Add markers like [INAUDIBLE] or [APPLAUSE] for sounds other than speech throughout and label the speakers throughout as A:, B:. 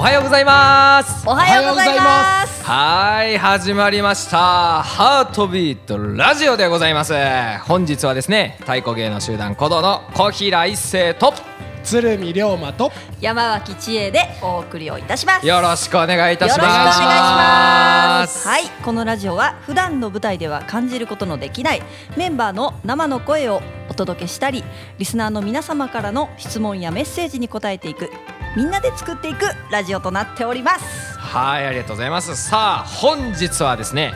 A: はようございます
B: おはようございます
A: はい始まりましたハートビートラジオでございます本日はですね太鼓芸の集団鼓動の小平一生と
C: 鶴見龍馬と
B: 山脇千恵でお送りをいたします
A: よろしくお願いいたします
B: よろしくお願いしますはいこのラジオは普段の舞台では感じることのできないメンバーの生の声をお届けしたりリスナーの皆様からの質問やメッセージに答えていくみんなで作っていくラジオとなっております
A: はいありがとうございますさあ本日はですね、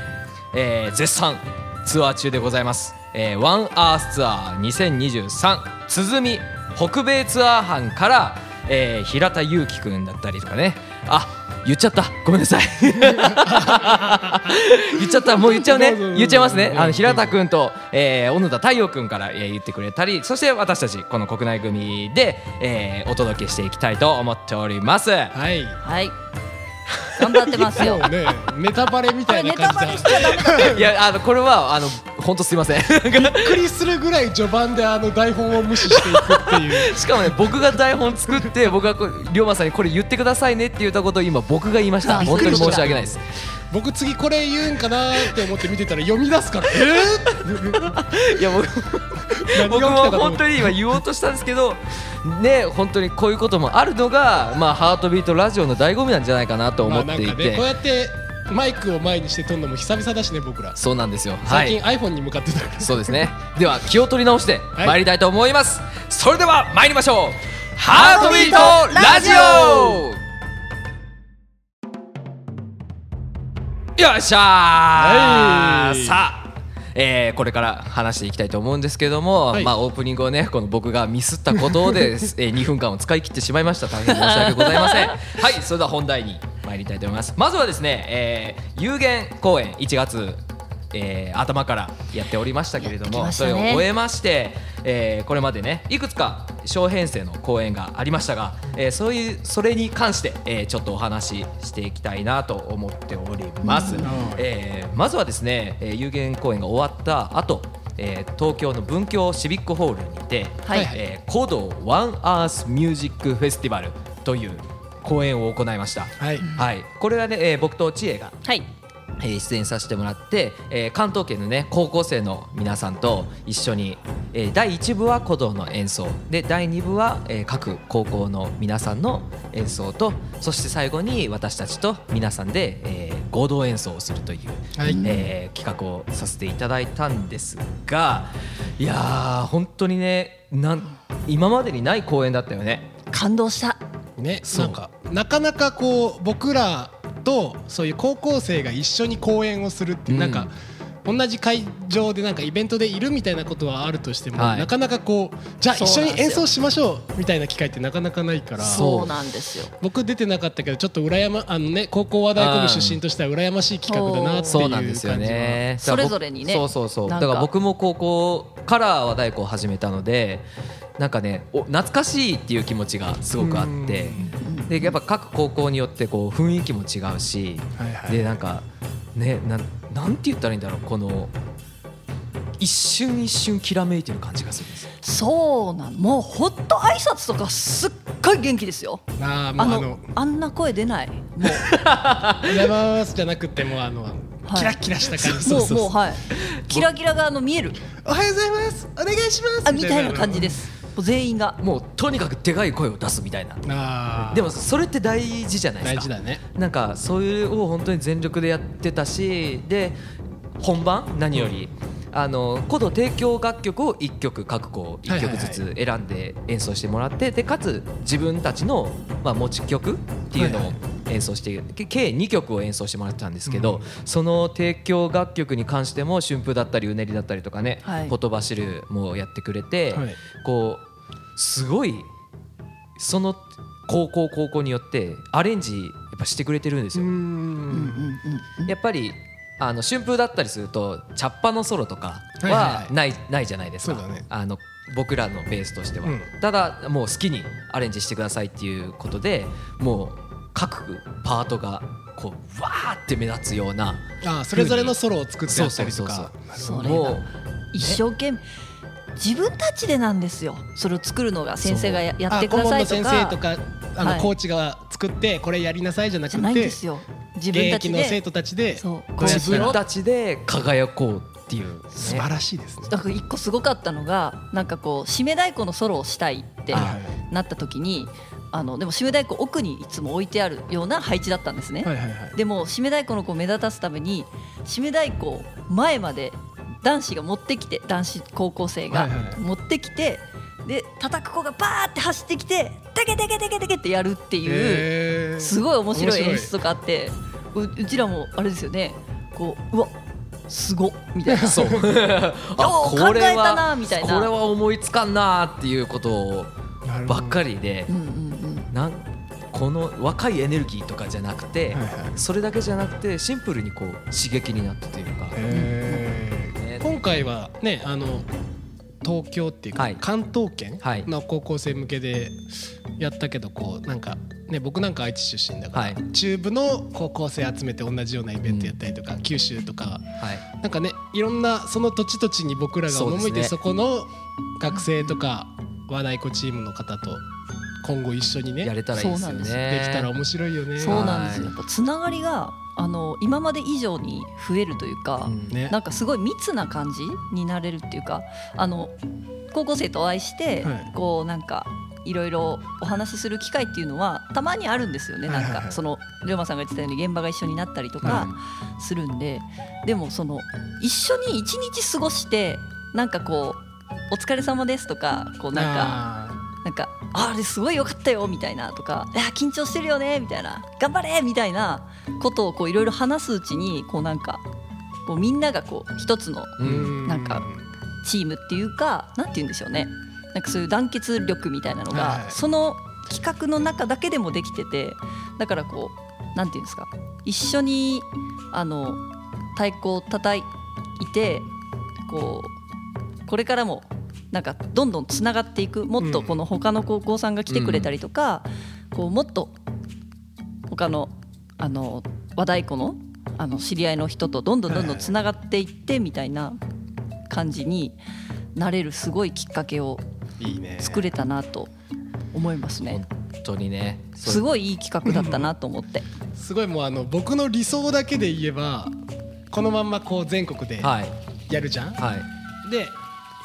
A: えー絶賛ツアー中でございます、えーワンアースツアー2023鼓北米ツアー班から、えー平田祐希くんだったりとかねあ言っちゃったごめんなさい [LAUGHS] 言っちゃったもう言っちゃうね
C: どうぞどうぞ
A: 言っちゃいますねあ
C: う
A: の
C: ん
A: 平田くんと、えー小野田太陽くんから、えー言ってくれたりそして私たちこの国内組で、えーお届けしていきたいと思っております
C: はい
B: はい頑張ってますよ [LAUGHS]
C: もうねネタバレみ
B: これ
C: たいな
B: ネタ
C: 感
B: バレ
C: じ
B: し
C: だ
B: ちゃダメ
A: [LAUGHS] い
B: だ
A: やあのこれはあの本当すいません [LAUGHS]
C: びっくりするぐらい序盤であの台本を無視していくって
A: [LAUGHS]
C: いう
A: しかもね僕が台本作って僕がこう龍馬さんにこれ言ってくださいねって言ったことを今僕が言いました
B: あ
A: 本当に
B: びっくりした
A: 申し訳ないです
C: 僕次これ言うんかなーって思って見てたら読み出すからえ
A: いや僕
C: ー、何
A: 僕も
C: が起きたかと思
A: 本
C: って
A: 当に今言おうとしたんですけどね本当にこういうこともあるのがまあハートビートラジオの醍醐味なんじゃないかなと思
C: ま
A: っ
C: あな
A: て
C: ん
A: い
C: か
A: て、
C: ねこうやってマイクを前にして撮るのも久々だしね僕ら
A: そうなんですよはい
C: 最近 iPhone に向かってたか
A: [LAUGHS]
C: ら
A: そうですね。では気を取り直して
C: はい
A: 参りたいと思います。それでは参りましょう。ハートビートラジオ。よっしゃー。
C: はい
A: さあ。えーこれから話していきたいと思うんですけども、
C: はい
A: まあオープニングをねこの僕がミスったこと
B: [LAUGHS]
A: で、えー、2分間を使い切ってしまいました大変申し訳ございませんはいそれでは本題に参りたいと思いますまずはですね、えー有限公演1月、えー頭からやっておりましたけれど
B: やってき
A: も、
B: まし
A: そ
B: たね
A: れを終えまして、えーこれまでねいくつか小編成の公演がありましたが、えーそういうそれに関して、えーちょっとお話ししていきたいなと思っております、えーまずはですね、えー有限公演が終わった後、えー東京の文京シビックホールにて「
B: はい
A: えー、コドワンアースミュージックフェスティバル」という公演を行いました、
C: はい
A: はい、これはね、えー僕と知恵が
B: はい
A: えー出演させてもらって、えー関東圏のね高校生の皆さんと一緒に、えー第1部は鼓動の演奏で第2部は、えー各高校の皆さんの演奏とそして最後に私たちと皆さんで、えー合同演奏をするという、
C: はい
A: えー企画をさせていただいたんですがいやー本当にねなん今までにない公演だったよね。
B: 感動した
C: ね
A: そう
C: なんかなかなかこう僕らとそういう高校生が一緒に公演をするって、
A: うん
C: なんか同じ会場でなんかイベントでいるみたいなことはあるとしても、
A: はい
C: なかなかこうじゃあ一
B: そう
C: 緒
B: なん
C: に
B: ですよ
C: 演奏しましょうみたいな機会ってなかなかないから
A: そう
B: そうなんですよ
C: 僕出てなかったけどちょっと羨まあのね高校話題部出身としては羨ましい企画だなってい
A: そううなんですよ
C: 感じは。
A: ね。
B: それぞれにね
A: そうそうそう。だ
B: なん
A: か
B: から
A: 僕も高校から和太鼓を始めたので、なんかね、お懐かしいっていう気持ちがすごくあって、でやっぱ各高校によってこう雰囲気も違うし、
C: はいはい
A: でなんかね、なんなんて言ったらいいんだろうこの一瞬一瞬きらめいてる感じがするんですよ。
B: そうなのもうほっと挨拶とかすっごい元気ですよ
C: あーも
B: あ
C: うあ
B: の
C: の
B: あんな声出ないも
C: 「おはようございます」じゃなくてもうあの、
B: はい
C: キラッキラした感じ
B: うもう
C: [LAUGHS] そうそうそ
B: も
C: う
B: うはいキラキラがあの見える
C: おはようございますお願いします
B: あみたいな感じですすもう全員が
A: もうとにかくでかい声を出すみたいな。
C: あー
A: でもそれって大事じゃないですか。
C: 大事だね
A: なんかそういうを本当に全力でやってたしで本番何より、あの古道提供楽曲を1曲各校1曲ずつ選んで演奏してもらって、でかつ自分たちの、まあ、持ち曲っていうのを演奏して、け計2曲を演奏してもらってたんですけど、その提供楽曲に関しても春風だったりうねりだったりとかね、
B: はい
A: 言葉知るもやってくれて、
C: はい
A: こうすごいその高校高校によってアレンジやっぱしてくれてるんです
C: う
A: よ、
C: ん
A: やっぱりあの春風だったりするとチャッパのソロとか
C: はいはい
A: は
C: はい
A: ない,、ないじゃないですか
C: そうだね
A: あの僕らのベースとしては、
C: うん
A: ただもう好きにアレンジしてくださいっていうことでもう各パートがこうわーって目立つような
C: あーそれぞれのソロを作って
A: そ
C: あ
A: う
C: った
A: そう
C: り
A: そ
C: と
A: うそ
C: か
A: う
B: それ
A: も
B: が
A: う
B: 一生懸命自分たちでなんですよそれを作るのが先生がややってくださいと
C: あ顧問の先生と
B: か
C: かあの、
B: はい
C: コーチが作ってこれやりなさいじゃなく
B: じゃないん
C: て
B: ですよ自分た
C: 現役
B: ち
C: の生
B: で
C: 徒たちで
B: そうこうやって
A: 自
B: やろ
A: 分
B: う
A: たちで輝こうっていう、ね、
C: 素晴らしいですね。
B: だから一個すごかったのがなんかこう締め太鼓のソロをしたいって
C: は
B: なった時にあのでも締め太鼓奥にいつも置いてあるような配置だったんですね、
C: いはいはいはい
B: でも締め太鼓の子を目立たすために締め太鼓を前まで男子が持ってきて男子高校生
C: は
B: が
C: いはいはい
B: 持ってきてで叩く子がバーって走ってきてテケテケテケテケってやるっていう
C: へー
B: すごい面白い
C: 面白い
B: 演出とかあってううちらもあれですよねこううわすごっみたいな
C: [LAUGHS]
A: そう
B: よう考えたなみたいな
A: これは思いつかんなっていうことを
C: なるほ
A: ば
C: ど
A: っかりで
B: うん、うん
A: なんこの若いエネルギーとかじゃなくて、
C: はいはい
A: それだけじゃなくてシンプルにこう刺激になったというか、
C: へー
A: ね
C: 今回はねあの東京っていうか、
A: はい
C: 関東圏
A: はい
C: の高校生向けでやったけどこうなんか、ね、僕なんか愛知出身だから、
A: はい
C: 中部の高校生集めて同じようなイベントやったりとか、九州とか
A: はい、
C: なんかねいろんなその土地土地に僕らが
A: そうです
C: 赴
A: ね
C: いてそ,、この学生とか和太鼓チームの方と今後一緒にね
A: や
C: で
A: れたらいいです
B: そう
A: よ
B: なん
A: ね。
B: です
C: きたら面白いよね。
B: うんそうなんですよ
A: は
B: やっぱつながりがあの今まで以上に増えるというか、
A: うん
C: ね
B: なんかすごい密な感じになれるっていうかあの高校生とお会いして、
C: はい
B: こうなんかいろいろお話しする機会っていうのはたまにあるんですよねなん
C: はいはいは
B: か
C: い
B: その龍馬さんが言ってたように現場が一緒になったりとかするんで、でもその一緒に一日過ごしてなんかこう「お疲れ様です」とかこうなんか。
C: か
B: なんか「ああれすごい良かったよ」みたいなとか「いや緊張してるよね」みたいな「頑張れ」みたいなことをこういろいろ話すうちにこうなんかこうみんながこう一つの
A: うん
B: なんかチームっていうかなんて言うんでしょうねなんかそういう団結力みたいなのが、
C: はい
B: その企画の中だけでもできててだからこうなんて言うんですか一緒にあの太鼓を叩いてこうこれからもなんかどんどんつながっていくもっと
C: うん
B: この他の高校さんが来てくれたりとか、こうもっと他のあの和太鼓のあの知り合いの人とどんどんどんどんつながっていってみたいな感じになれるすごいきっかけを
C: いいね
B: 作れたなと思いますね。
A: 本当にね。そう
B: すごいいい企画だったなと思って。
C: すごいもうあの僕の理想だけで言えばこのまんまこう全国で
A: はい
C: やるじゃん、
A: はい。
C: で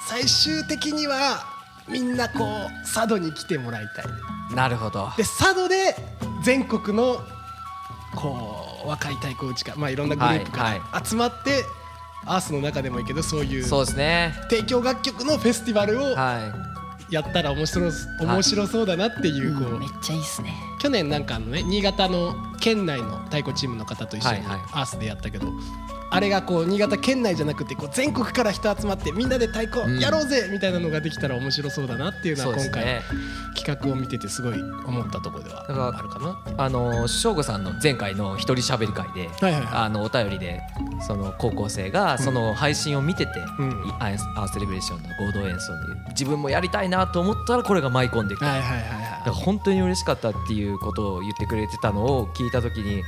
C: 最終的にはみんなこう佐渡に来てもらいたい
A: なるほど。
C: で佐渡で全国のこう若い太鼓打ちか、まあ、いろんなグループ
A: はい
C: が集まって、アースの中でもいいけどそういう
A: そうですね。
C: 提供楽曲のフェスティバルを
A: は
C: やったら面白,、面白そうだなっていうこう、
B: うんめっちゃいいですね。
C: 去年なんかあのね新潟の県内の太鼓チームの方と一緒に
A: はいはい
C: アースでやったけど、あれがこう新潟県内じゃなくてこう全国から人集まってみんなで太鼓
A: うん
C: やろうぜみたいなのができたら面白そうだなってい
A: い。
C: うの
A: そう
C: は
A: です
C: 今回
A: ね。
C: 企画を見ててすごい思ったところでは
A: だから
C: あるかな。
A: あの翔吾さんの前回の一人喋り会で、
C: はいはいはい
A: あのお便りでその高校生がその配信を見てて、
C: うん
A: アイアースレベレーションの合同演奏に自分もやりたいなと思ったらこれが舞い込んできた。
C: はいはいはい
A: だから
C: は
A: 本当に嬉しかったっていうことを言ってくれてたのを聞いた時に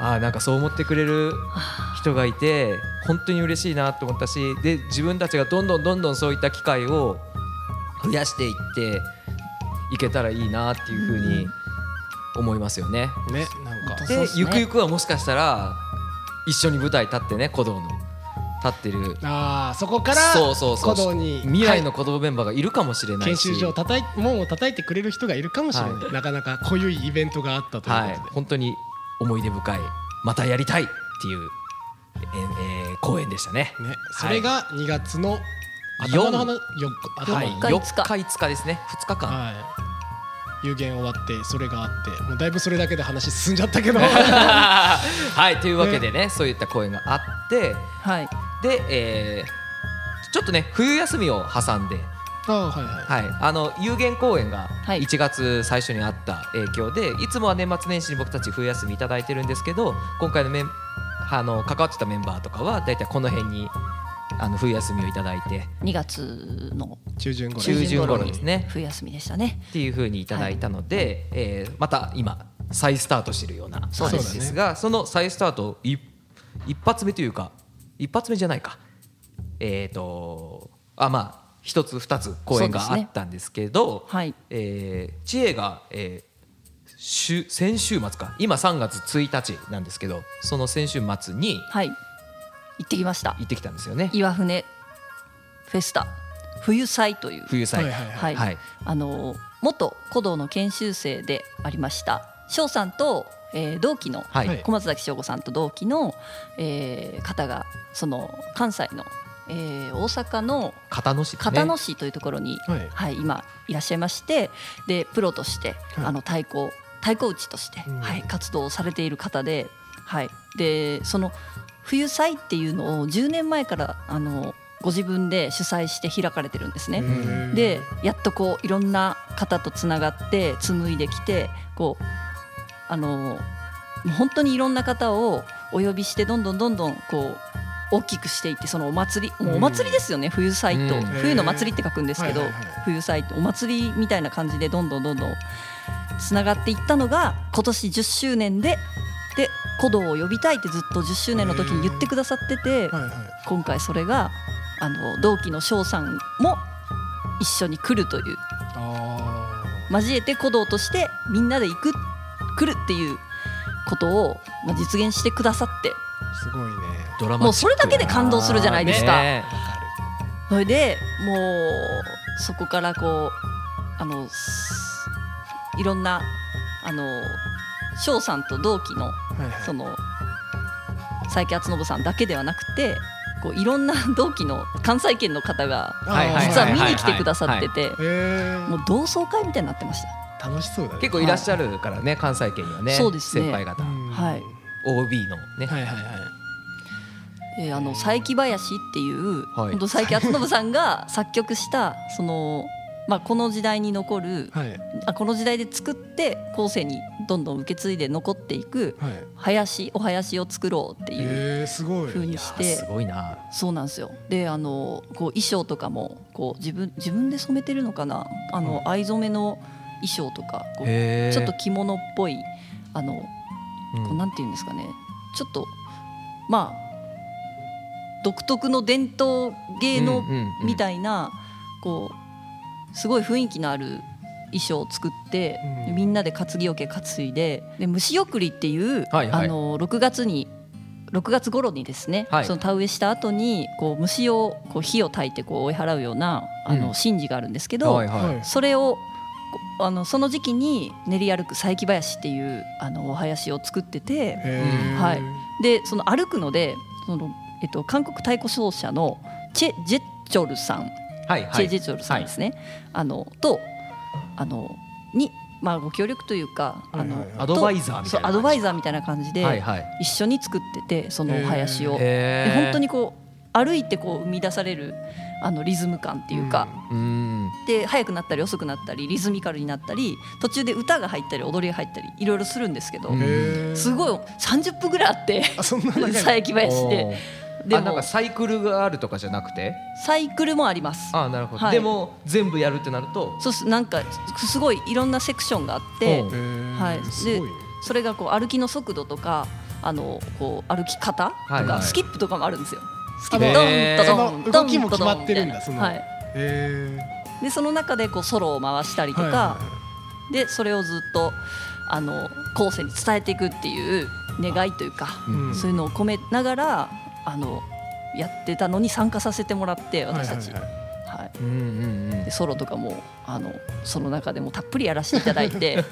A: ああなんかそう思ってくれる人がいて本当に嬉しいなと思ったしで自分たちがどんどんどんどんそういった機会を増やしていっていけたらいいなっていうふうに思いますよね。
C: いねなんか
B: 本
A: で
B: そうっすね
A: ゆくゆくはもしかしたら一緒に舞台立ってね鼓道の立ってる
C: あーそこから
A: そうそうそう
C: 鼓動に
A: 未来の鼓道メンバーがいるかもしれ
C: はい
A: ない
C: 研
A: し。
C: 修所を叩い門を叩いてくれる人がいるかもしれない、
A: は
C: なかなか濃ゆいイベントがあったということ
A: は
C: で
A: い、、本当に思い出深いまたやりたいっていう、えーえー公演でしたね。
C: ね、それが2月の
A: 四
C: 頭の花四日
A: はい、
B: 四
A: 4
B: 日
A: 日
B: 五日
A: 5日ですね2日間、
C: はい、有限終わってそれがあってもうだいぶそれだけで話進んじゃったけ
A: [LAUGHS]
C: ど
A: はい、というわけでねそういった公演があって
B: はい。
A: で、えーちょっとね冬休みを挟んで、
C: ああはいは
A: はい、あの有限公演が
B: はい
A: 1月最初にあった影響で、い、つもは年末年始に僕たち冬休みいただいてるんですけど今回のメンあの関わってたメンバーとかは大体この辺にあの冬休みをいただいて
B: 2月の
C: い中旬頃
A: 中旬頃ですね。
B: 冬休みでしたね。
A: っていう風にいただいたので、えーまた今再スタートしてるような
B: そう
A: 感
C: で
A: じ
C: すね
A: ですがそ,、の再スタートい一発目というか一発目じゃないかえっ、とあまあ一つ二つ公演があったんですけど
B: はい
A: えー知恵が、えー週先週末か今3月1日なんですけどその先週末に
B: はい行ってきました
A: 行ってきたんですよね
B: 岩船フェスタ冬祭という
A: 冬祭、
C: はいはい
B: はい、
A: はい
B: あの元古道の研修生でありました翔さんと、えー同期の、
A: はい
C: はい
B: 小松崎翔吾さんと同期の、えー方がその関西の、えー大阪の
A: 片野市ですね
B: 片野市というところに、
C: はい
B: はい、今いらっしゃいましてでプロとして、
C: はい
B: あの太鼓太鼓打ちとして、
C: うん
B: はい、活動をされている方で,、はい、でその冬祭っていうのを10年前からあのご自分で主催して開かれてるんですね。
A: うん
B: でやっとこういろんな方とつながって紡いできてこうあのもう本当にいろんな方をお呼びしてどんどんどんどんこう大きくしていってそのお祭りもうお祭りですよね、冬サイト、
A: うん
B: 冬の祭りって書くんですけど、
C: はいはいはい
B: 冬祭ってお祭りみたいな感じでどんどんどんどんつながっていったのが今年10周年でで古道を呼びたいってずっと10周年の時に言ってくださってて、
C: はいはい
B: 今回それがあの同期の翔さんも一緒に来るという
C: あ
B: 交えて古道としてみんなで行く来るっていうことを、まあ、実現してくださって
C: ーすごいね
A: ドラマチック
B: もうそれだけで感動するじゃないですか。
A: ね
B: それでもうそこからこうあのすいろんなあの翔さんと同期の
C: はいはい
B: その佐伯敦信さんだけではなくてこういろんな同期の関西圏の方が
C: あー
A: はいはい
B: 実は見に来てくださってて、
C: えー
B: もう同窓会みたいになってました。
C: 楽しそうだね
A: 結構いらっしゃるからね関西圏にはね
B: そうですね
A: 先輩方
C: うん
B: はい
A: OB のね、
C: はいはいはい
B: えーあの佐伯林っていう、
A: はい
B: 本当佐伯敦信さんが作曲したその、まあ、この時代に残る
C: はい
B: あこの時代で作って後世にどんどん受け継いで残っていく
C: はい
B: 林お囃子を作ろうっていう
C: えーすごい
B: 風に
A: や
B: し
A: ー
B: て
A: すごいな
B: そうなんですよであのこう衣装とかもこう自分自分で染めてるのかなあの、藍染めの衣装とかこう
A: へー
B: ちょっと着物っぽいあの
A: うん
B: こうなんていうんですかねちょっとまあ独特の伝統芸能
A: うんうんうん
B: みたいなこうすごい雰囲気のある衣装を作って
C: うん
B: みんなで担ぎ桶担いでで虫送りっていう
A: はいはい
B: あの6月に6月頃にですね
A: はい
B: その田植えした後にこう虫をこう火を焚いてこう追い払うようなあ
A: うん
B: の神事があるんですけど
A: はいはい
C: はい
B: それをこあのその時期に練り歩く佐伯林っていうあのお囃子を作ってて
C: えー
B: はいでその歩くのでその、えっと、韓国太鼓奏者のチェ・ジェチョルさん、
A: はいは
B: チ
A: い
B: ェ・ジェチョルさんですね、あのとあのに、まあ、ご協力というかあの
C: はいはいはい
A: アドバイザーみたいな感じ
B: そうアドバイザーみたいな感じで、
A: はいはい
B: 一緒に作っててそのお囃子を。
A: へ
B: で
A: ー
B: 本当にこう歩いてこう生み出されるあのリズム感っていうか、
A: うん
B: で早くなったり遅くなったりリズミカルになったり途中で歌が入ったり踊りが入ったりいろいろするんですけど、
A: うん
C: えー
B: すごい30分ぐらいあって
C: あ [LAUGHS] そんな長い
B: 佐伯林
A: お
B: で
A: ー
B: で
A: あなん
B: も
A: かサイクルがあるとかじゃなくて
B: サイクルもあります
A: あーなるほど、
B: はい
A: でも全部やるってなると
B: そうすなんかすごいいろんなセクションがあって
A: う
C: えー
B: はいです
C: ごいね
B: それがこう歩きの速度とかあのこう歩き方と
A: はいはい
B: かスキップとかもあるんですよ。スキ
C: あ
B: ップ
C: の
B: ド
A: へー
B: ンドドン
C: その
B: ドン
C: 動きも決まってるんだ
B: ドドン
C: そ
B: み
C: の
B: たいなはい、
C: えー
B: でその中でこうソロを回したりとか、でそれをずっとあの後世に伝えていくっていう願いというか、
A: うん
B: そういうのを込めながらあのやってたのに参加させてもらって私たち、はい
A: うんうんうん
B: でソロとかもあのその中でもたっぷりやらせていただ
A: [LAUGHS]
B: いて、はい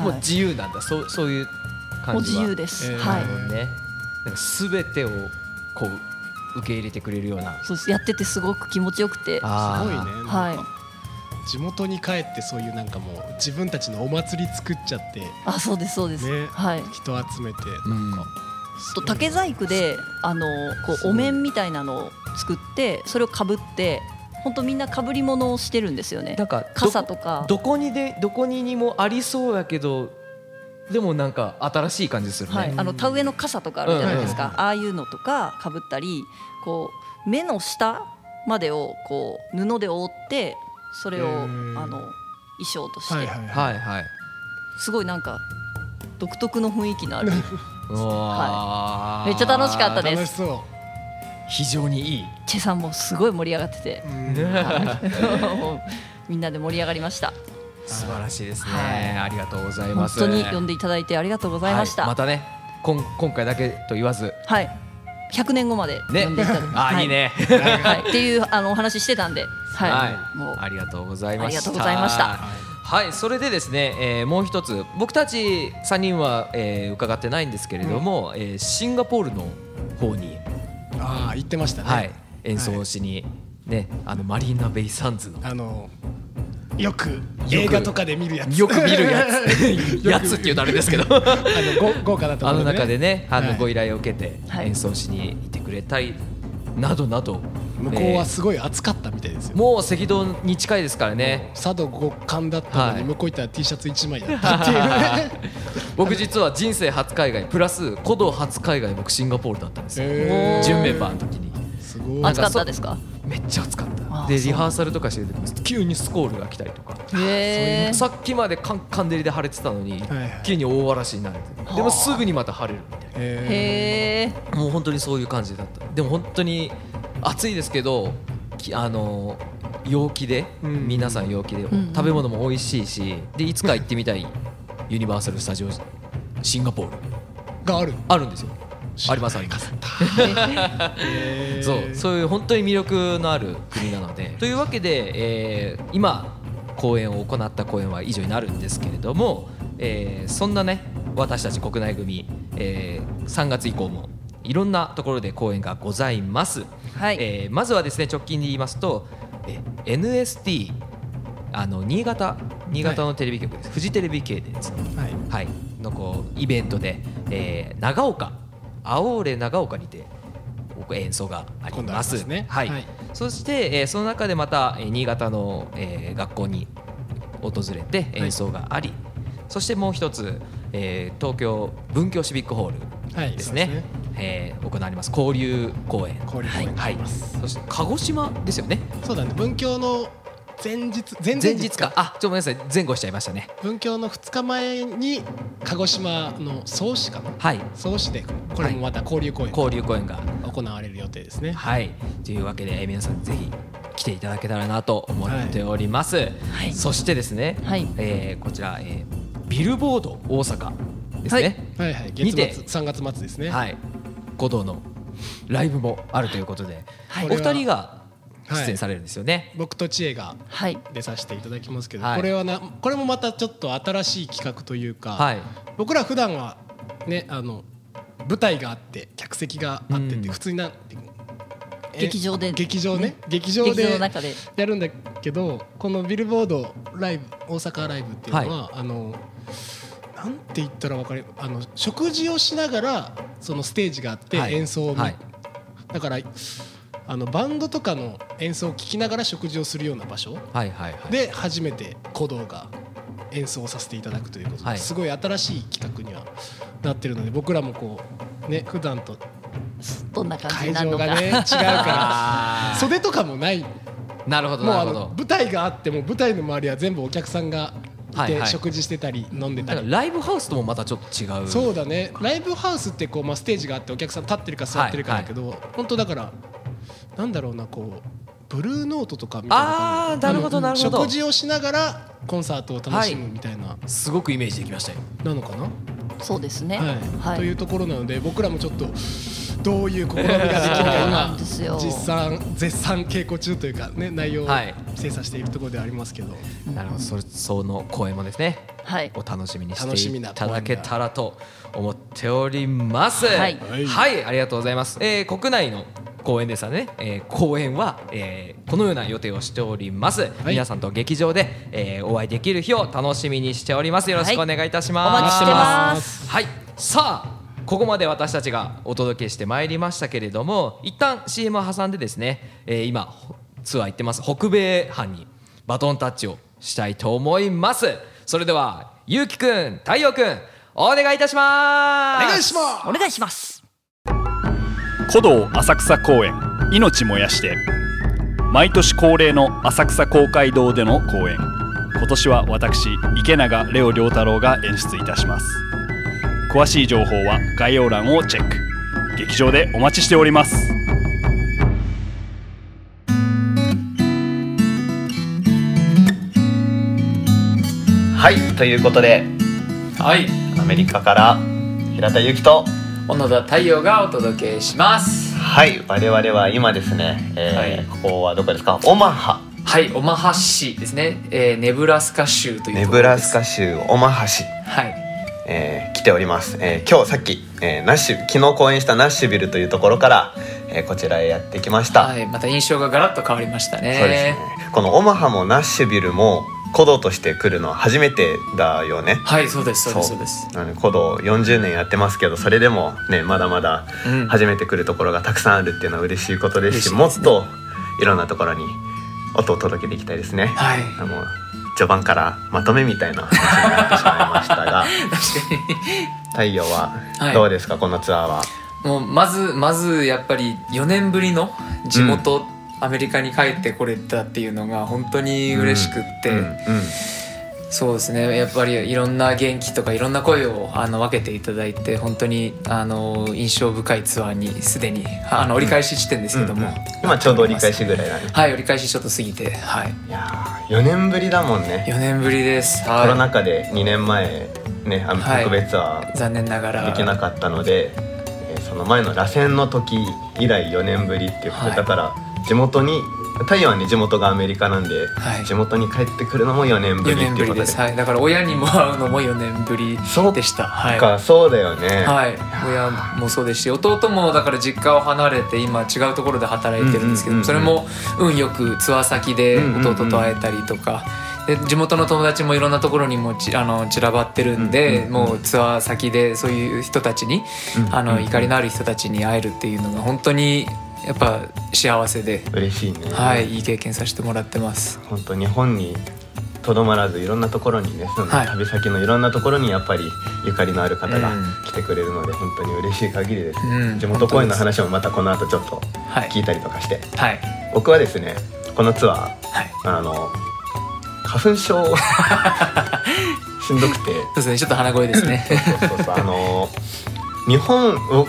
A: もう自由なんだそうそういう
B: もう
A: 感じ
B: 自
A: は
B: 由です、
C: えー
B: は
A: な
B: い
A: るほどねなんか全てをこう受け入れてくれるような
B: そうですやっててすごく気持ちよくて
A: あー
C: すごいねなんか
B: はい
C: 地元に帰ってそういうなんかもう自分たちのお祭り作っちゃって
B: あそうですそうです、
C: ね
B: はい
C: 人集めて
A: うん
B: と竹細工であのこ
A: す
B: う
A: ごい
B: お面みたいなのを作ってそれをかぶって本当みんなかぶり物をしてるんですよね
A: なんかど
B: 傘とか
A: どこにでどこににもありそうやけどでもなんか新しい感じするね、
B: はい、あの田植えの傘とかあるじゃないですか、
C: うん
B: ああいうのとかかぶったりこう目の下までをこう布で覆ってそれを
C: へ
B: あ
C: ー
B: の衣装として、
C: はいはいはい
A: はいはい
B: すごいなんか独特の雰囲気のある
A: うわー
B: めっちゃ楽しかったです
C: 楽しそ
A: 非常にいい
B: チェさんもすごい盛り上がってて [LAUGHS]
C: う、うん
A: ね
B: はいみんなで盛り上がりました
A: 素晴らしいですね、
B: はい
A: ありがとうござい
B: 本
A: ます
B: 当に呼んでいただいてありがとうございました。
A: は
B: はい
A: ま
B: い、
A: たねこん今回だけと言わず
B: 100年後まで
A: ね
B: 呼んでいただいて、
A: [LAUGHS] あ
B: はい
A: いね
B: はい、っていうあのお話ししてたんで、はい、
A: はい、
B: もう
A: ありがとうございました。
B: ありがとうございました
A: はい、それでですね、えーもう一つ、僕たち三人は、えー伺ってないんですけれども、えーシンガポールの方に、
C: ああ言ってましたね、
A: はい、演奏しに、ね、あのマリーナベイサンズの
C: あのよく映画とかで見るやつ
A: よく見る
C: [LAUGHS]
A: やつ、やつっていうとあれですけど、あ
C: あのご豪華なところ
A: の
C: で、ね、
A: 中でね、あ
C: は
A: の
C: い
A: ご依頼を受けて
B: はい
A: 演奏しに行ってくれたりなどなど、
C: 向こうは
A: え
C: すごい暑かったみたいです
A: ー
C: よ、
A: もう赤道に近いですからね。
C: 佐渡極寒だったの
A: はい
C: に向こう行ったら T シャツ1枚だったって
A: [LAUGHS]
C: いう、
A: 僕実は人生初海外プラス古道初海外僕シンガポールだったんですよ
C: へー
A: 準メンバーの時に
C: すごい
A: なん
B: 暑か
A: か
B: っ
A: そ
B: たですか。
A: めっちゃ暑かった
B: あ
A: で
B: そう
A: リハーサルとかしてる時も急にスコールが来たりとか
B: へえ。
A: さっきまでカンカン照りで晴れてたのに
C: はいはい
A: 急に大嵐になるでもすぐにまた晴れるみたい
C: へ
B: へえ。
A: なもう本当にそういう感じだったでも本当に暑いですけどきあの陽気で
C: うん
A: 皆さん陽気で
B: ん
A: 食べ物も美味しいしでいつか行ってみたいユニバーサル・スタジオシンガポール
C: ーがある
A: あるんです
C: [LAUGHS]
A: よありますありますそうそういう本当に魅力のある国なの [LAUGHS] でというわけで、えー今公演を行った公演は以上になるんですけれども、えーそんなね私たち国内組、えー3月以降もいろんなところで公演がございます、
B: はい
A: えーまずはですね直近で言いますと、え NST あの新潟新潟のテレビ局です、フジテレビ系ですね
C: はい
A: はい、のこうイベントで、えー長岡青レ長岡にて僕演奏があり
C: 今度あり
A: ま
C: ますすね
A: はい
C: はい
A: そして、えーその中でまた、えー新潟の、えー学校に訪れて演奏があり、そしてもう一つ、えー東京文教シビックホール
C: はい
A: です
C: そう
A: ね
C: ですね、
A: えー行われます交流公演
C: 交流公演が
A: は
C: あ
A: い
C: ります
A: そして鹿児島ですよね
C: そうだね文教の前日前々
A: 前
C: 日
A: 日
C: か
A: かあちょっとごめんなさい前後しちゃいましたね
C: 文教の2日前に鹿児島の総市かな
A: はい
C: 総市でこれもまた交流公演
A: 交流公演が
C: が行われる予定ですね、
A: はい、というわけでえー皆さんぜひ来ていただけたらなと思っております、
B: い
A: そしてですね、
B: はい
A: えーこちら、えービルボード大阪ですね
C: はいはい月
A: 見
C: 末
A: て
C: 3月末ですね、
A: はい、五道のライブもあるということで、
B: はい
A: お二人が
C: はい
A: 出演されるんですよね、
C: 僕と知恵が
B: はい。
C: 出させていただきますけど、
A: はい
C: これはなこれもまたちょっと新しい企画というか、
A: はい
C: 僕ら普段はねあの舞台があって客席があってって、
A: うん
C: 普通になんていうのえ
B: 劇場で
C: 劇場ね
B: ね
C: 劇場
B: 劇
C: で
B: 場の中で。
C: やるんだけどこのビルボードライブ大阪ライブっていうのは、あのなんて言ったらわかるあの食事をしながらそのステージがあって
A: はい
C: 演奏を見、
A: はい
C: だからあのバンドとかの演奏を聴きながら食事をするような場所
A: はい、はいはい
C: で初めて鼓動が演奏させていただくということで、
A: はい
C: すごい新しい企画にはなってるので僕らもこうね普段と
B: どんな感じ
C: 会
B: になる
C: 場
B: のか。
C: がね違うか
A: あ [LAUGHS]
C: ら
A: ー
C: 袖とかもない
A: なるほど
C: もう
A: な
C: あ
A: るほ
C: の
A: ど
C: 舞台があっても舞台の周りは全部お客さんがいて、
A: はいはい
C: 食事してたり飲んで
A: だ
C: た
A: から
C: り。
A: ライブハウスともまたちょっと違う
C: そうだねライブハウスってこう、まあ、ステージがあってお客さん立ってるか座ってるかだけど、本当だからなんだろうなこうブルーノートとかみたいな
A: ああ
C: 感じ
A: なるほどなるほど
C: 食事をしながらコンサートを楽しむみたいな、
A: すごくイメージできましたよ
C: なのかな
B: そうですね。
C: はい、
B: は
C: という
B: い。
C: ところなので僕らもちょっとどういう試みができる
B: そうなん
C: か
B: ですよ
C: 今実賛絶賛稽古中というかね内容を
A: はい
C: 精査しているところではありますけど、
A: なるほどそれその公演もですね
B: はい。
A: お楽しみに
C: 楽
A: し
C: してみ
A: い
C: な
A: ただけたらと思っております。
B: はい
A: はいはいありがとうございます。えー国内の公演ですからね、えー公演は、えーこのような予定をしております。皆さんと劇場で、えーお会いできる日を楽しみにしております。よろしくお願いいたします。。
B: はいお待ちしてます
A: はい、さあ。ここまで私たちがお届けしてまいりましたけれども一旦 CM を挟んでですね、えー今ツアー行ってます北米藩にバトンタッチをしたいと思いますそれではゆうきくん太陽くんお願いいたします
C: お願いします
B: お願いします。
D: 古道浅草公園命燃やして毎年恒例の浅草公会堂での公演今年は私池永レオ良太郎が演出いたします詳しい情報は概要欄をチェック劇場でお待ちしております
E: はいということで
F: はい
E: アメリカから平田由紀と
F: 小野田太陽がお届けします
E: はい我々は今ですね、えー
F: は
E: ここはどこですかオマハ
F: はいオマハ市ですね、えー、ネブラスカ州という
E: ネ
F: とこ
E: ブ
F: ろ
E: ラ
F: で
E: ス
F: す
E: カ州オマハ市、
F: はい
E: えー来ております、えー今日さっき、えーナッシュ昨日公演したナッシュビルというところから、えーこちらへやってきました、
F: はいまた印象がガラッと変わりましたね
E: そうですねこのオマハもナッシュビルも古道として来るのは初めてだよね
F: はいそうですそうで
E: そ
F: すそううです [LAUGHS]
E: なので古道40年やってますけどそれでもねまだまだ
F: うん
E: 初めて来るところがたくさんあるっていうのは嬉しいことですし
F: 嬉しい
E: も
F: で
E: っ
F: すね
E: といろんなところに音を届けていきたいですね。
F: はい
E: あの序盤からまとめみたいな話になってしまいました
F: [LAUGHS]
E: が
F: 確かに
E: 太陽は
F: はい
E: どうですか、このツアーは。
F: もうまずまずやっぱり4年ぶりの地元、アメリカに帰ってこれたっていうのが本当に嬉しくって、
E: うんうん
F: そうですねやっぱりいろんな元気とかいろんな声をあの分けていただいて本当にあの印象深いツアーにすでにあの折り返し地点ですけども、
E: うんうん今ちょうど折り返しぐらいだね。
F: はい折り返しちょっと過ぎてはい
E: いやー4年ぶりだもんね。
F: 4年ぶりです、はい
E: コロナ禍で2年前ねあの
F: はい
E: 特別ツアー
F: 残念ながら
E: できなかったので、えーその前の螺旋の時以来4年ぶりっていうことで、
F: はい
E: だから地元に太陽はね地元がアメリカなんで、
F: はい
E: 地元に帰ってくるのも4年ぶりっ
F: 4
E: て
F: 年
E: いう
F: ぶ
E: こ
F: り
E: とで
F: です、はい、だから親にも会うのも4年ぶりでしたは
E: ないんかそうだよね、
F: はい、親もそうですし弟もだから実家を離れて今違うところで働いてるんですけ
E: うんうんうんう
F: ど
E: ん
F: それも運よくツアー先で
E: うんうんうん
F: 弟と会えたりとか。で地元の友達もいろんなところにもちあの散らばってるんで、
E: うんうんうん
F: もうツアー先でそういう人たちに、
E: うんうん
F: あの怒りのある人たちに会えるっていうのが本当にやっぱ幸せで、
E: 嬉しいね、
F: はいいい経験させてもらってます
E: 本当日本にとどまらずいろんなところにねその
F: はい
E: 旅先のいろんなところにやっぱりゆかりのある方が
F: うん
E: 来てくれるので、本当に嬉しい限りです、
F: うん
E: 地元公演の話もまたこの後ちょっと
F: はい
E: 聞いたりとかして、
F: はい
E: 僕はですねこのツアー
F: はい
E: あの花粉
F: [LAUGHS]
E: 症しんどくて
F: そうですねちょっと鼻声ですね
E: [LAUGHS] そうそうそうあの日本を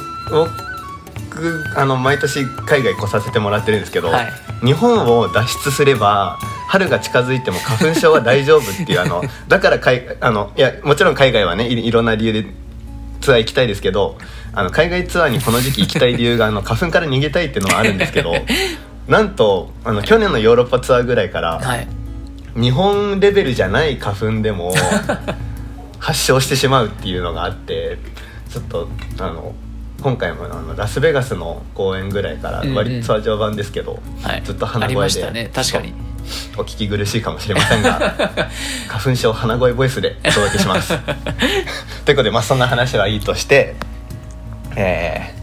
E: 僕あの毎年海外来させてもらってるんですけど、
F: はい
E: 日本を脱出すれば春が近づいても花粉症は大丈夫っていうあ
F: [LAUGHS]
E: のだからかいあのいやもちろん海外はねいいろんな理由でツアー行きたいですけどあの海外ツアーにこの時期行きたい理由があの花粉から逃げたいっていうのはあるんですけ
F: [LAUGHS]
E: どなんとあの去年のヨーロッパツアーぐらいから、
F: はい
E: 日本レベルじゃない花粉で
F: [LAUGHS]
E: も発症してしまうっていうのがあってちょっとあの今回もあのラスベガスの公演ぐらいから
F: うんうん
E: 割とツアー常盤ですけど、
F: はい
E: ずっと
F: あ
E: 鼻
F: り
E: 声
F: まし
E: で、
F: たね確かに
E: お聞き苦しいかもしれません
F: [LAUGHS]
E: が花粉症鼻声ボイスでお届けしますということで、まあ、そんな話はいいとしてえ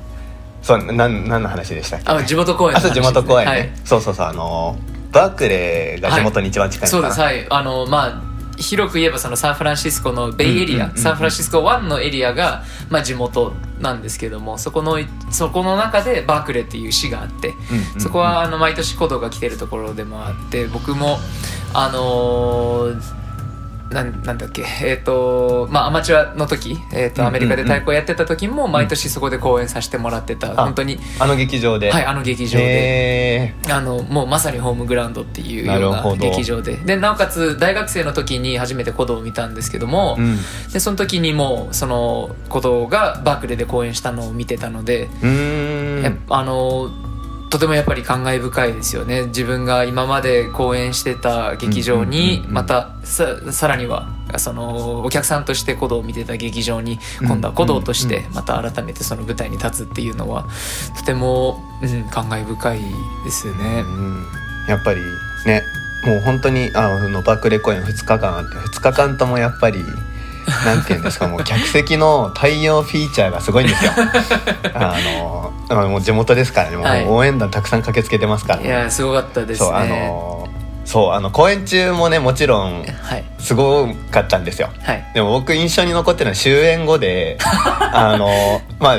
E: ー、そうなん何の話でしたっけ
F: あ地元公演の
E: あ
F: 話
E: そう
F: です
E: 地
F: ね
E: 元公園ね、
F: はい
E: そうそうそうあのバークレーが地元に一番近いの
F: そ
E: か
F: う
E: な、
F: ですはいあのまあ広く言えばそのサンフランシスコのベイエリア、
E: うんうんうんうん
F: サンフランシスコ湾のエリアが、まあ、地元なんですけどもそこのそこの中でバークレーっていう市があって、
E: うんうんうん
F: そこはあの毎年古道が来てるところでもあって僕もあのーなんなんだっけえっ、とまあアマチュアの時、
E: うんうん
F: えー、
E: うん
F: とアメリカで太鼓をやってた時も毎年そこで公演させてもらってた、本当に
E: あの劇場で。
F: はいあの劇場で、
E: へ
F: あのもうまさにホームグラウンドっていう
E: な
F: よ
E: る
F: う
E: ほ
F: な
E: ど
F: 劇場ででなおかつ大学生の時に初めて鼓動を見たんですけども、
E: ーうん。
F: でその時にもうその鼓動がバークレーで公演したのを見てたので、
E: うーん
F: やっぱあのとてもやっぱり感慨深いですよね自分が今まで公演してた劇場
E: うんうん
F: に
E: うんうん
F: またささらにはそのお客さんとして鼓動を見てた劇場に
E: うん
F: 今度は鼓動とし
E: うん
F: てまた改めてその舞台に立つっていうのはとても、うん、感慨深いですよね。
E: うんやっぱりね、もう本当に、ああの、バークレー公演2日間あって、2日間ともやっぱり、なんていうん
F: [LAUGHS]
E: ですか、もう客席の太陽フィーチャーがすごいんですよ。あの、まあもう地元ですからね、も
F: はいう
E: 応援団たくさん駆けつけてますから
F: い
E: ね。
F: やすごかったですね。
E: そう、あの、そう、あの、公演中もね、もちろん、
F: はい
E: すごかったんですよ。
F: はい
E: でも僕印象に残ってるのは終演後
F: [LAUGHS]
E: であのまあ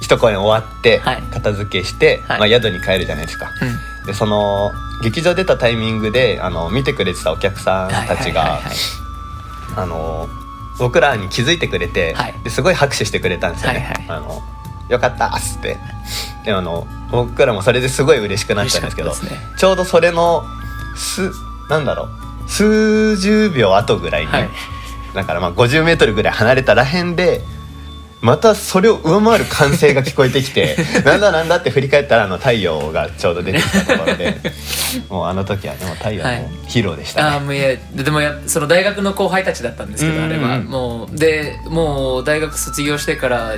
E: 一公演終わって
F: はい
E: 片付けして、
F: はい
E: まあ、宿に帰るじゃないですか。
F: うん
E: でその劇場出たタイミングであの見てくれてたお客さんたち
F: は
E: が
F: いはいはいはい
E: あの僕らに気づいてくれて、
F: はい
E: ですごい拍手してくれたんですよね。
F: はいは
E: あのよかったっつってであの僕らもそれですごい嬉しくなったんですけど
F: 嬉しかったですね
E: ちょうどそれのすなんだろう数十秒後ぐらいに、
F: はい
E: だからまあ50メートルぐらい離れたらへんでまたそれを上回る歓声が聞こえてき
F: [LAUGHS]
E: てなんだなんだって振り返ったらあの太陽がちょうど出てきたところでもうあの時はねもう太陽
F: はい
E: のヒーローでしたね、
F: あーもういやでもやその大学の後輩たちだったんですけど、
E: うんうんうん
F: あれはもうでもう大学卒業してから、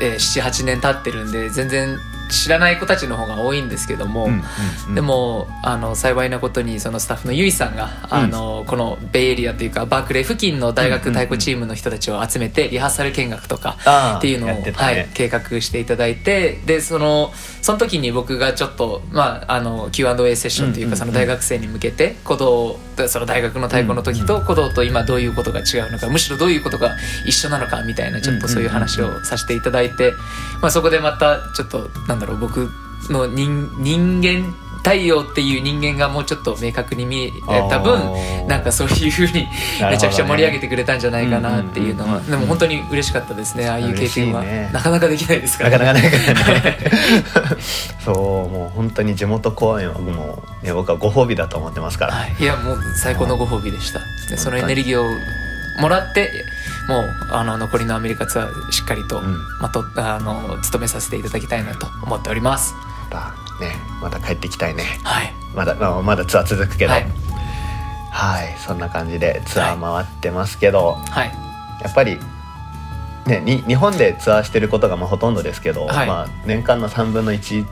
F: えー、78年経ってるんで全然知らない子たちの方が多いんですけども、
E: うんうんうん
F: でもあの幸いなことにそのスタッフのゆいさんがあの、このベイエリアというかバークレー付近の大学太鼓チームの人たちを集めてリハーサル見学とか
E: あー
F: っていうのを、
E: やってた
F: は
E: ね
F: い、計画していただいてでそのその時に僕がちょっと、まあ、あの Q&A セッションというか、その大学生に向けて鼓動その大学の太鼓の時と鼓動と今どういうことが違うのかむしろどういうことが一緒なのかみたいなちょっとそういう話をさせていただいて、まあ、そこでまたちょっとなんだろう僕の人人間太陽っていう人間がもうちょっと明確に見えた分
E: あー
F: なんかそういうふうに
E: なるほどね
F: めちゃくちゃ盛り上げてくれたんじゃないかなっていうの
E: うんう
F: は
E: んうんうん
F: でも本当に嬉しかったですねああいう経験は、
E: 嬉しいね
F: なかなかできないですか
E: な
F: ら
E: かなかないから
F: [LAUGHS]
E: ねそうもう本当に地元公演はもう、ね、僕はご褒美だと思ってますから、
F: はい、いやもう最高のご褒美でしたでそのエネルギーをもらってもうあの残りのアメリカツアーしっかりと,、
E: ん
F: まとあの務めさせていただきたいなと思っております
E: またねまた帰ってきたいね
F: はい
E: まだ、まあ、まだツアー続くけど
F: は
E: はいい、そんな感じでツアー回ってますけど、
F: はい
E: やっぱりねに日本でツアーしてることがまあほとんどですけど、
F: はい
E: まあ、年間の3分の1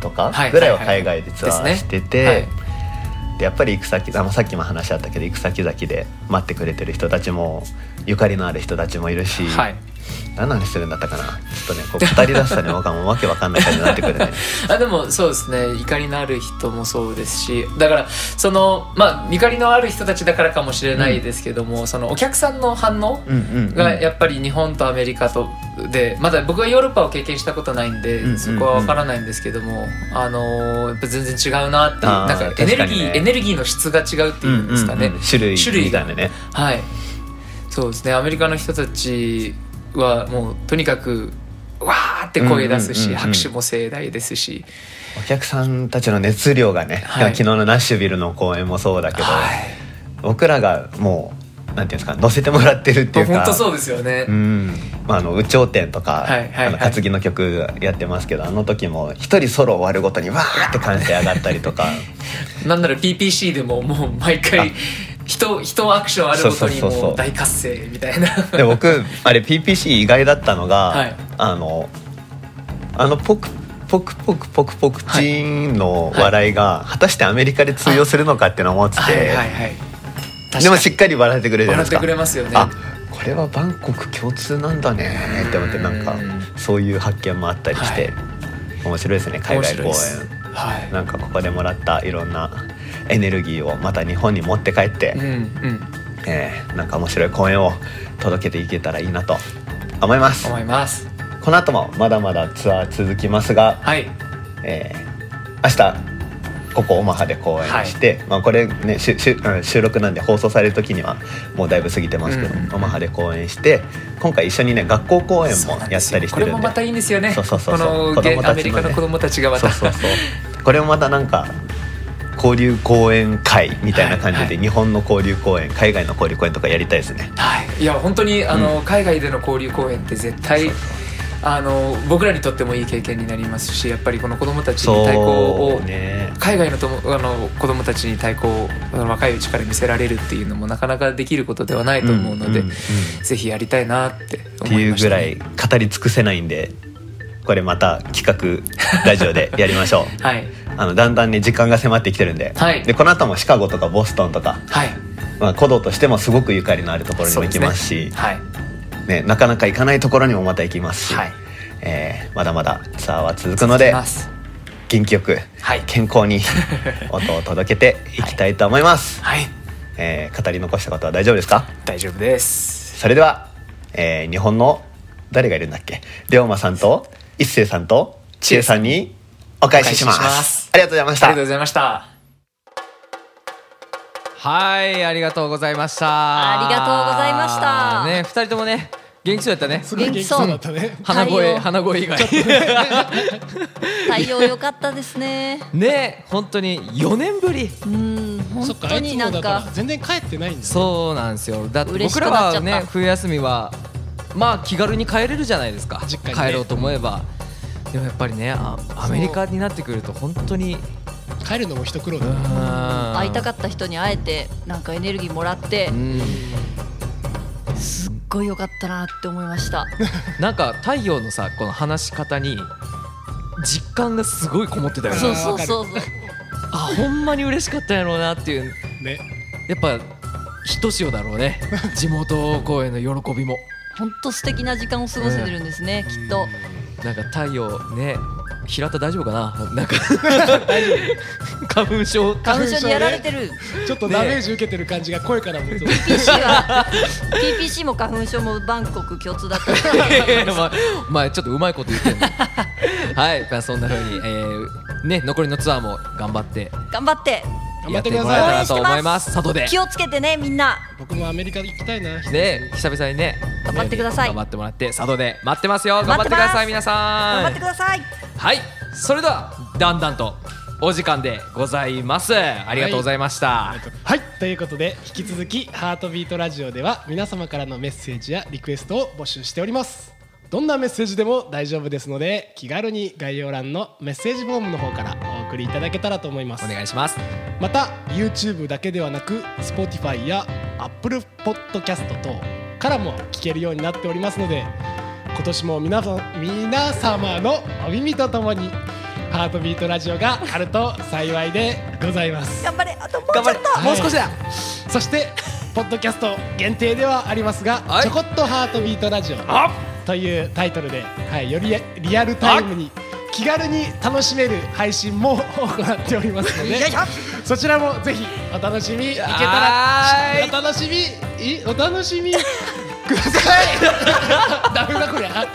E: とか
F: はい
E: ぐらいは
F: はいはい
E: 海外でツアーしてて、
F: ですね
E: でやっぱり行く先あまあさっきも話あったけど行く先々で待ってくれてる人たちもゆかりのある人たちもいるし、
F: はい
E: 何の話するんだったかなちょっとねこう語り出したね僕はもうわけわかんない感じになってく
F: [LAUGHS]
E: るね。
F: あでもそうですね怒りのある人もそうですしだからそのまあ怒りのある人たちだからかもしれないですけども、そのお客さんの反応
E: うんうんうん
F: がやっぱり日本とアメリカとでまだ僕はヨーロッパを経験したことないん
E: ん
F: で、
E: うんうん
F: そこは分からないんですけどもあのーやっぱ全然違うなっていう
E: あー
F: なんかエネルギー、
E: 確かにね
F: エネルギーの質が違うっていうんですかね、
E: うんうんうん種類みたいなね
F: はいそうですねアメリカの人たちはもうとにかくわーって声出す
E: うん
F: し、
E: うんうんうん
F: 拍手も盛大ですし、
E: お客さんたちの熱量がね、
F: はい
E: 昨日のナッシュビルの公演もそうだけど、
F: はい
E: 僕らがもうなんていうんですか乗せてもらってるっていうか
F: 本当そうですよね、
E: うんまあ、あの「有頂天」とか、
F: はいはいはい
E: あの担ぎの曲やってますけどあの時も一人ソロ終わるごとにわーって感性上がったりと
F: [LAUGHS]
E: か
F: なんなら PPC でももう毎回人人アクションあるごとに
E: そうそうそう
F: も
E: そうう
F: 大活性みたいな
E: で僕あれ PPC 意外だったのが、
F: はい
E: あのあのポクポクポクポクポクチーンの笑いが、果たしてアメリカで通用するのかっていうのを思ってて、
F: はいはいはい
E: でもしっ
F: か
E: かり笑ってくれるじゃないですか。
F: 笑ってくれますよね
E: あこれはバンコク共通なんだねって思ってなんか
F: うん
E: そういう発見もあったりして、面白いですね海外公
F: 面白い
E: 演
F: ですはい
E: なんかここでもらったいろんなエネルギーをまた日本に持って帰って、
F: うんうん
E: えーなんか面白い公演を届けていけたらいいなと思います
F: 思います
E: この後もまだまだツアー続きますが、
F: はい
E: えー明日ここオマハで公演して、まあ、これねしゅしゅうん収録なんで放送される時にはもうだいぶ過ぎてますけど、
F: うんうん
E: オマハで公演して今回一緒にね学校公演もやったりしてるんで
F: これもまたいいんですよね
E: そうそうそう
F: こ
E: そう
F: のゲ
E: 子供たちのね
F: アメリカの子供たちがま
E: そう
F: た
E: そうそうこれもまたなんか交流公演会みたいな感じで、
F: はいはい
E: 日本の交流公演海外の交流公演とかやりたいですね
F: はいいや本当にあの、海外での交流公演って絶対あの僕らにとってもいい経験になりますしやっぱりこの子供たちに対抗を
E: そうね
F: 海外のともあの子供たちに対抗あの若いうちから見せられるっていうのもなかなかできることではないと思うので、
E: うんうんうん
F: ぜひやりたいなって
E: っ
F: 思
E: て
F: い
E: いう
F: まし
E: ぐ
F: た
E: ら
F: ね、
E: い語り尽くせないんでこれまた企画ラジオでやりましょう [LAUGHS]
F: はい
E: あのだんだんね時間が迫ってきてるんで,、
F: はい
E: でこの後もシカゴとかボストンとか、
F: はい
E: まあ、古道としてもすごくゆかりのあるところにも行きます
F: そう
E: し
F: でねはい
E: ねなかなか行かないところにもまた行きますし、
F: はい
E: えーまだまだツアーは続くので
F: ます
E: 元気よく
F: はい
E: 健康
F: [LAUGHS]
E: に音を届けていきたいと思います、
F: はい
E: えー語り残したことは大丈夫ですか
F: 大丈夫です
E: それでは、えー日本の誰がいるんだっけ龍馬さんと一星さんと千恵さんにお返しします
F: お返しします
E: ありがとうございまし
F: あり
E: た
F: がとうございました
A: はいありがとうございました
B: ありがとうございました
A: ね二人ともね元気そうやったね
C: すごい元気そうだったね
A: 鼻声
B: 対応
A: 鼻声以外
B: 対応良かったですね。
A: [LAUGHS] ね本当に4年ぶり
B: うん、
C: そ
B: 本
C: っかあ
B: 当
C: いつ
B: に
C: も
B: な
C: だ
B: ん
C: から
B: か。
C: 全然帰ってないんだよ
A: そうなんですよだって
B: 嬉し
A: 僕
B: く
A: ら
B: なっち
A: は
B: ゃった
A: ね冬休みはまあ気軽に帰れるじゃないですか、
C: 実家にね
A: 帰ろうと思えばでもやっぱりねあアメリカになってくると本当に
C: 帰るのも一苦労だな
A: 会
B: 会いたか
A: っ
B: った人に会えて、なんかエネルギーもらって
A: た、うん
B: すっごい良かったなって思いました。
A: なんか太陽のさこの話し方に実感がすごいこもってたよね
B: そうそうそうそう。
A: あほんまに嬉しかったんやろうなっていう
C: ね
A: やっぱひとしおだろう
B: [LAUGHS]
A: ね地元公演の喜びも
B: 本当素敵な時間を過ごせてるんですね、きっと。
A: なんか太陽ね平田大丈夫かな [LAUGHS] なんか花粉症
B: 花粉症にやられてる。
C: ちょっとダメージ受けてる感じが声からもちょっ
B: PC は PPC も花粉症もバンコク共通だっ
A: [LAUGHS]
B: た。
A: まあ、まあ、ちょっとうまいこと言ってる [LAUGHS] はい、まあ、そんな風に、えー、ね、残りのツアーも頑張って。
B: 頑張って。
C: 頑張
A: や
C: っ
A: って
C: て
A: も
C: く
A: らえ
C: だ
A: た
C: さい
A: らと思います。佐渡で。
B: 気をつけてね、みんな。
C: 僕もアメリカ行きたいな
A: ね、久々にね、
B: 頑張ってください
A: 頑張ってもらって、佐渡で待ってますよ。頑張
B: 待っ
A: って
B: て
A: く
B: ます
A: ださい、皆
B: 頑張
A: さ
B: って
A: ん
B: く。ださい。
A: はい、それでは、だんだんとお時間でございます。ありがとうございました。
C: はいということで引き続き「ハートビートラジオ」では皆様からのメッセージやリクエストを募集しておりますどんなメッセージでも大丈夫ですので気軽に概要欄のメッセージフォームの方からお送りいただけたらと思います
A: お願いします。
C: また YouTube だけではなく Spotify や Apple Podcast 等からも聞けるようになっておりますので今年も皆さん皆様のお耳とともにハートビートラジオがあると幸いでございます
B: 頑張れ。あともうち
A: 頑
B: ょっ
A: 張れ
B: と。、
A: もう少しだ。
C: そしてポッドキャスト限定ではありますが「
A: はい
C: ちょこっとハートビートラジオ」というタイトルで、はい、よりリアルタイムに気軽に楽しめる配信も行っておりますので
B: よいしょ
C: そちらもぜひお楽しみいけた
A: は
C: ら
A: ーい
C: お楽しみいお楽しみください [LAUGHS] ダメだこれゃ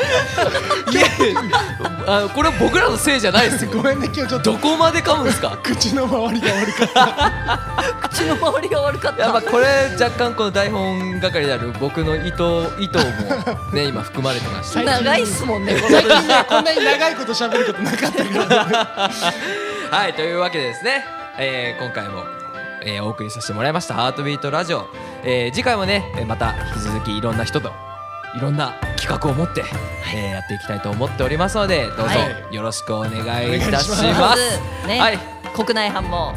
A: あの、これは僕らのせいじゃないですよ。
C: ごめんね今日ちょっ
A: ど
C: と
A: こまで噛むんですか。
C: 口の周りが悪かった
B: 口の周りが悪かっ
A: い [LAUGHS] やまあ
B: た。
A: これ若干この台本係である僕の意図意図も [LAUGHS] ね今含まれてました
C: 最近
B: 長いっすもんね。こ
C: 最近ねこんなに長いこと喋ることなかったから
A: はいというわけでですね、えー今回も、えーお送りさせてもらいました「ハートビートラジオ」えー次回もねえーまた引き続きいろんな人といろんな企画を持って、えーやっていきたいと思っておりますのでどうぞ
C: はい
A: よろしくお願いいたし
C: お願いし
A: ま。
B: ますず
A: はい
B: ね、国内班も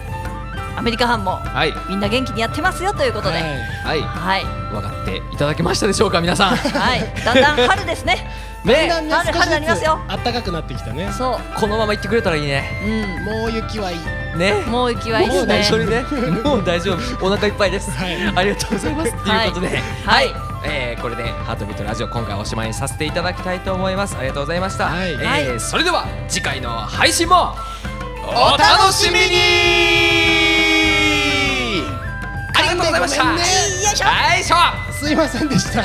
B: アメリカ班も
A: はい
B: みんな元気にやってますよということで。
C: はい
A: はい
B: はい。
A: 分かっていただけましたでしょうか皆 [LAUGHS] さん。
B: はい。だんだん春ですね。
A: ね
C: だんだんね
B: 春春になりますよ
C: 少しずつ暖かくなってきたね
B: そう。
A: このまま行ってくれたらいいね。
B: う
C: もう雪はいい
A: ね。
B: ん。もう息はいいで
A: も
B: す
A: う大
B: ね
A: 丈。夫ね。もう大丈夫。お腹いっぱいです。
C: はい
A: ありがとうございます。と
B: はい
A: いうことで、は
B: はいい、
A: えーこれでハートビートラジオ今回おしまいにさせていただきたいと思います。ありがとうございました。
C: はい
A: えー
B: はい
A: それでは次回の配信もお楽しみに。ありがとうございました。
C: ごめんね
A: よいしょ。
C: すいませんでした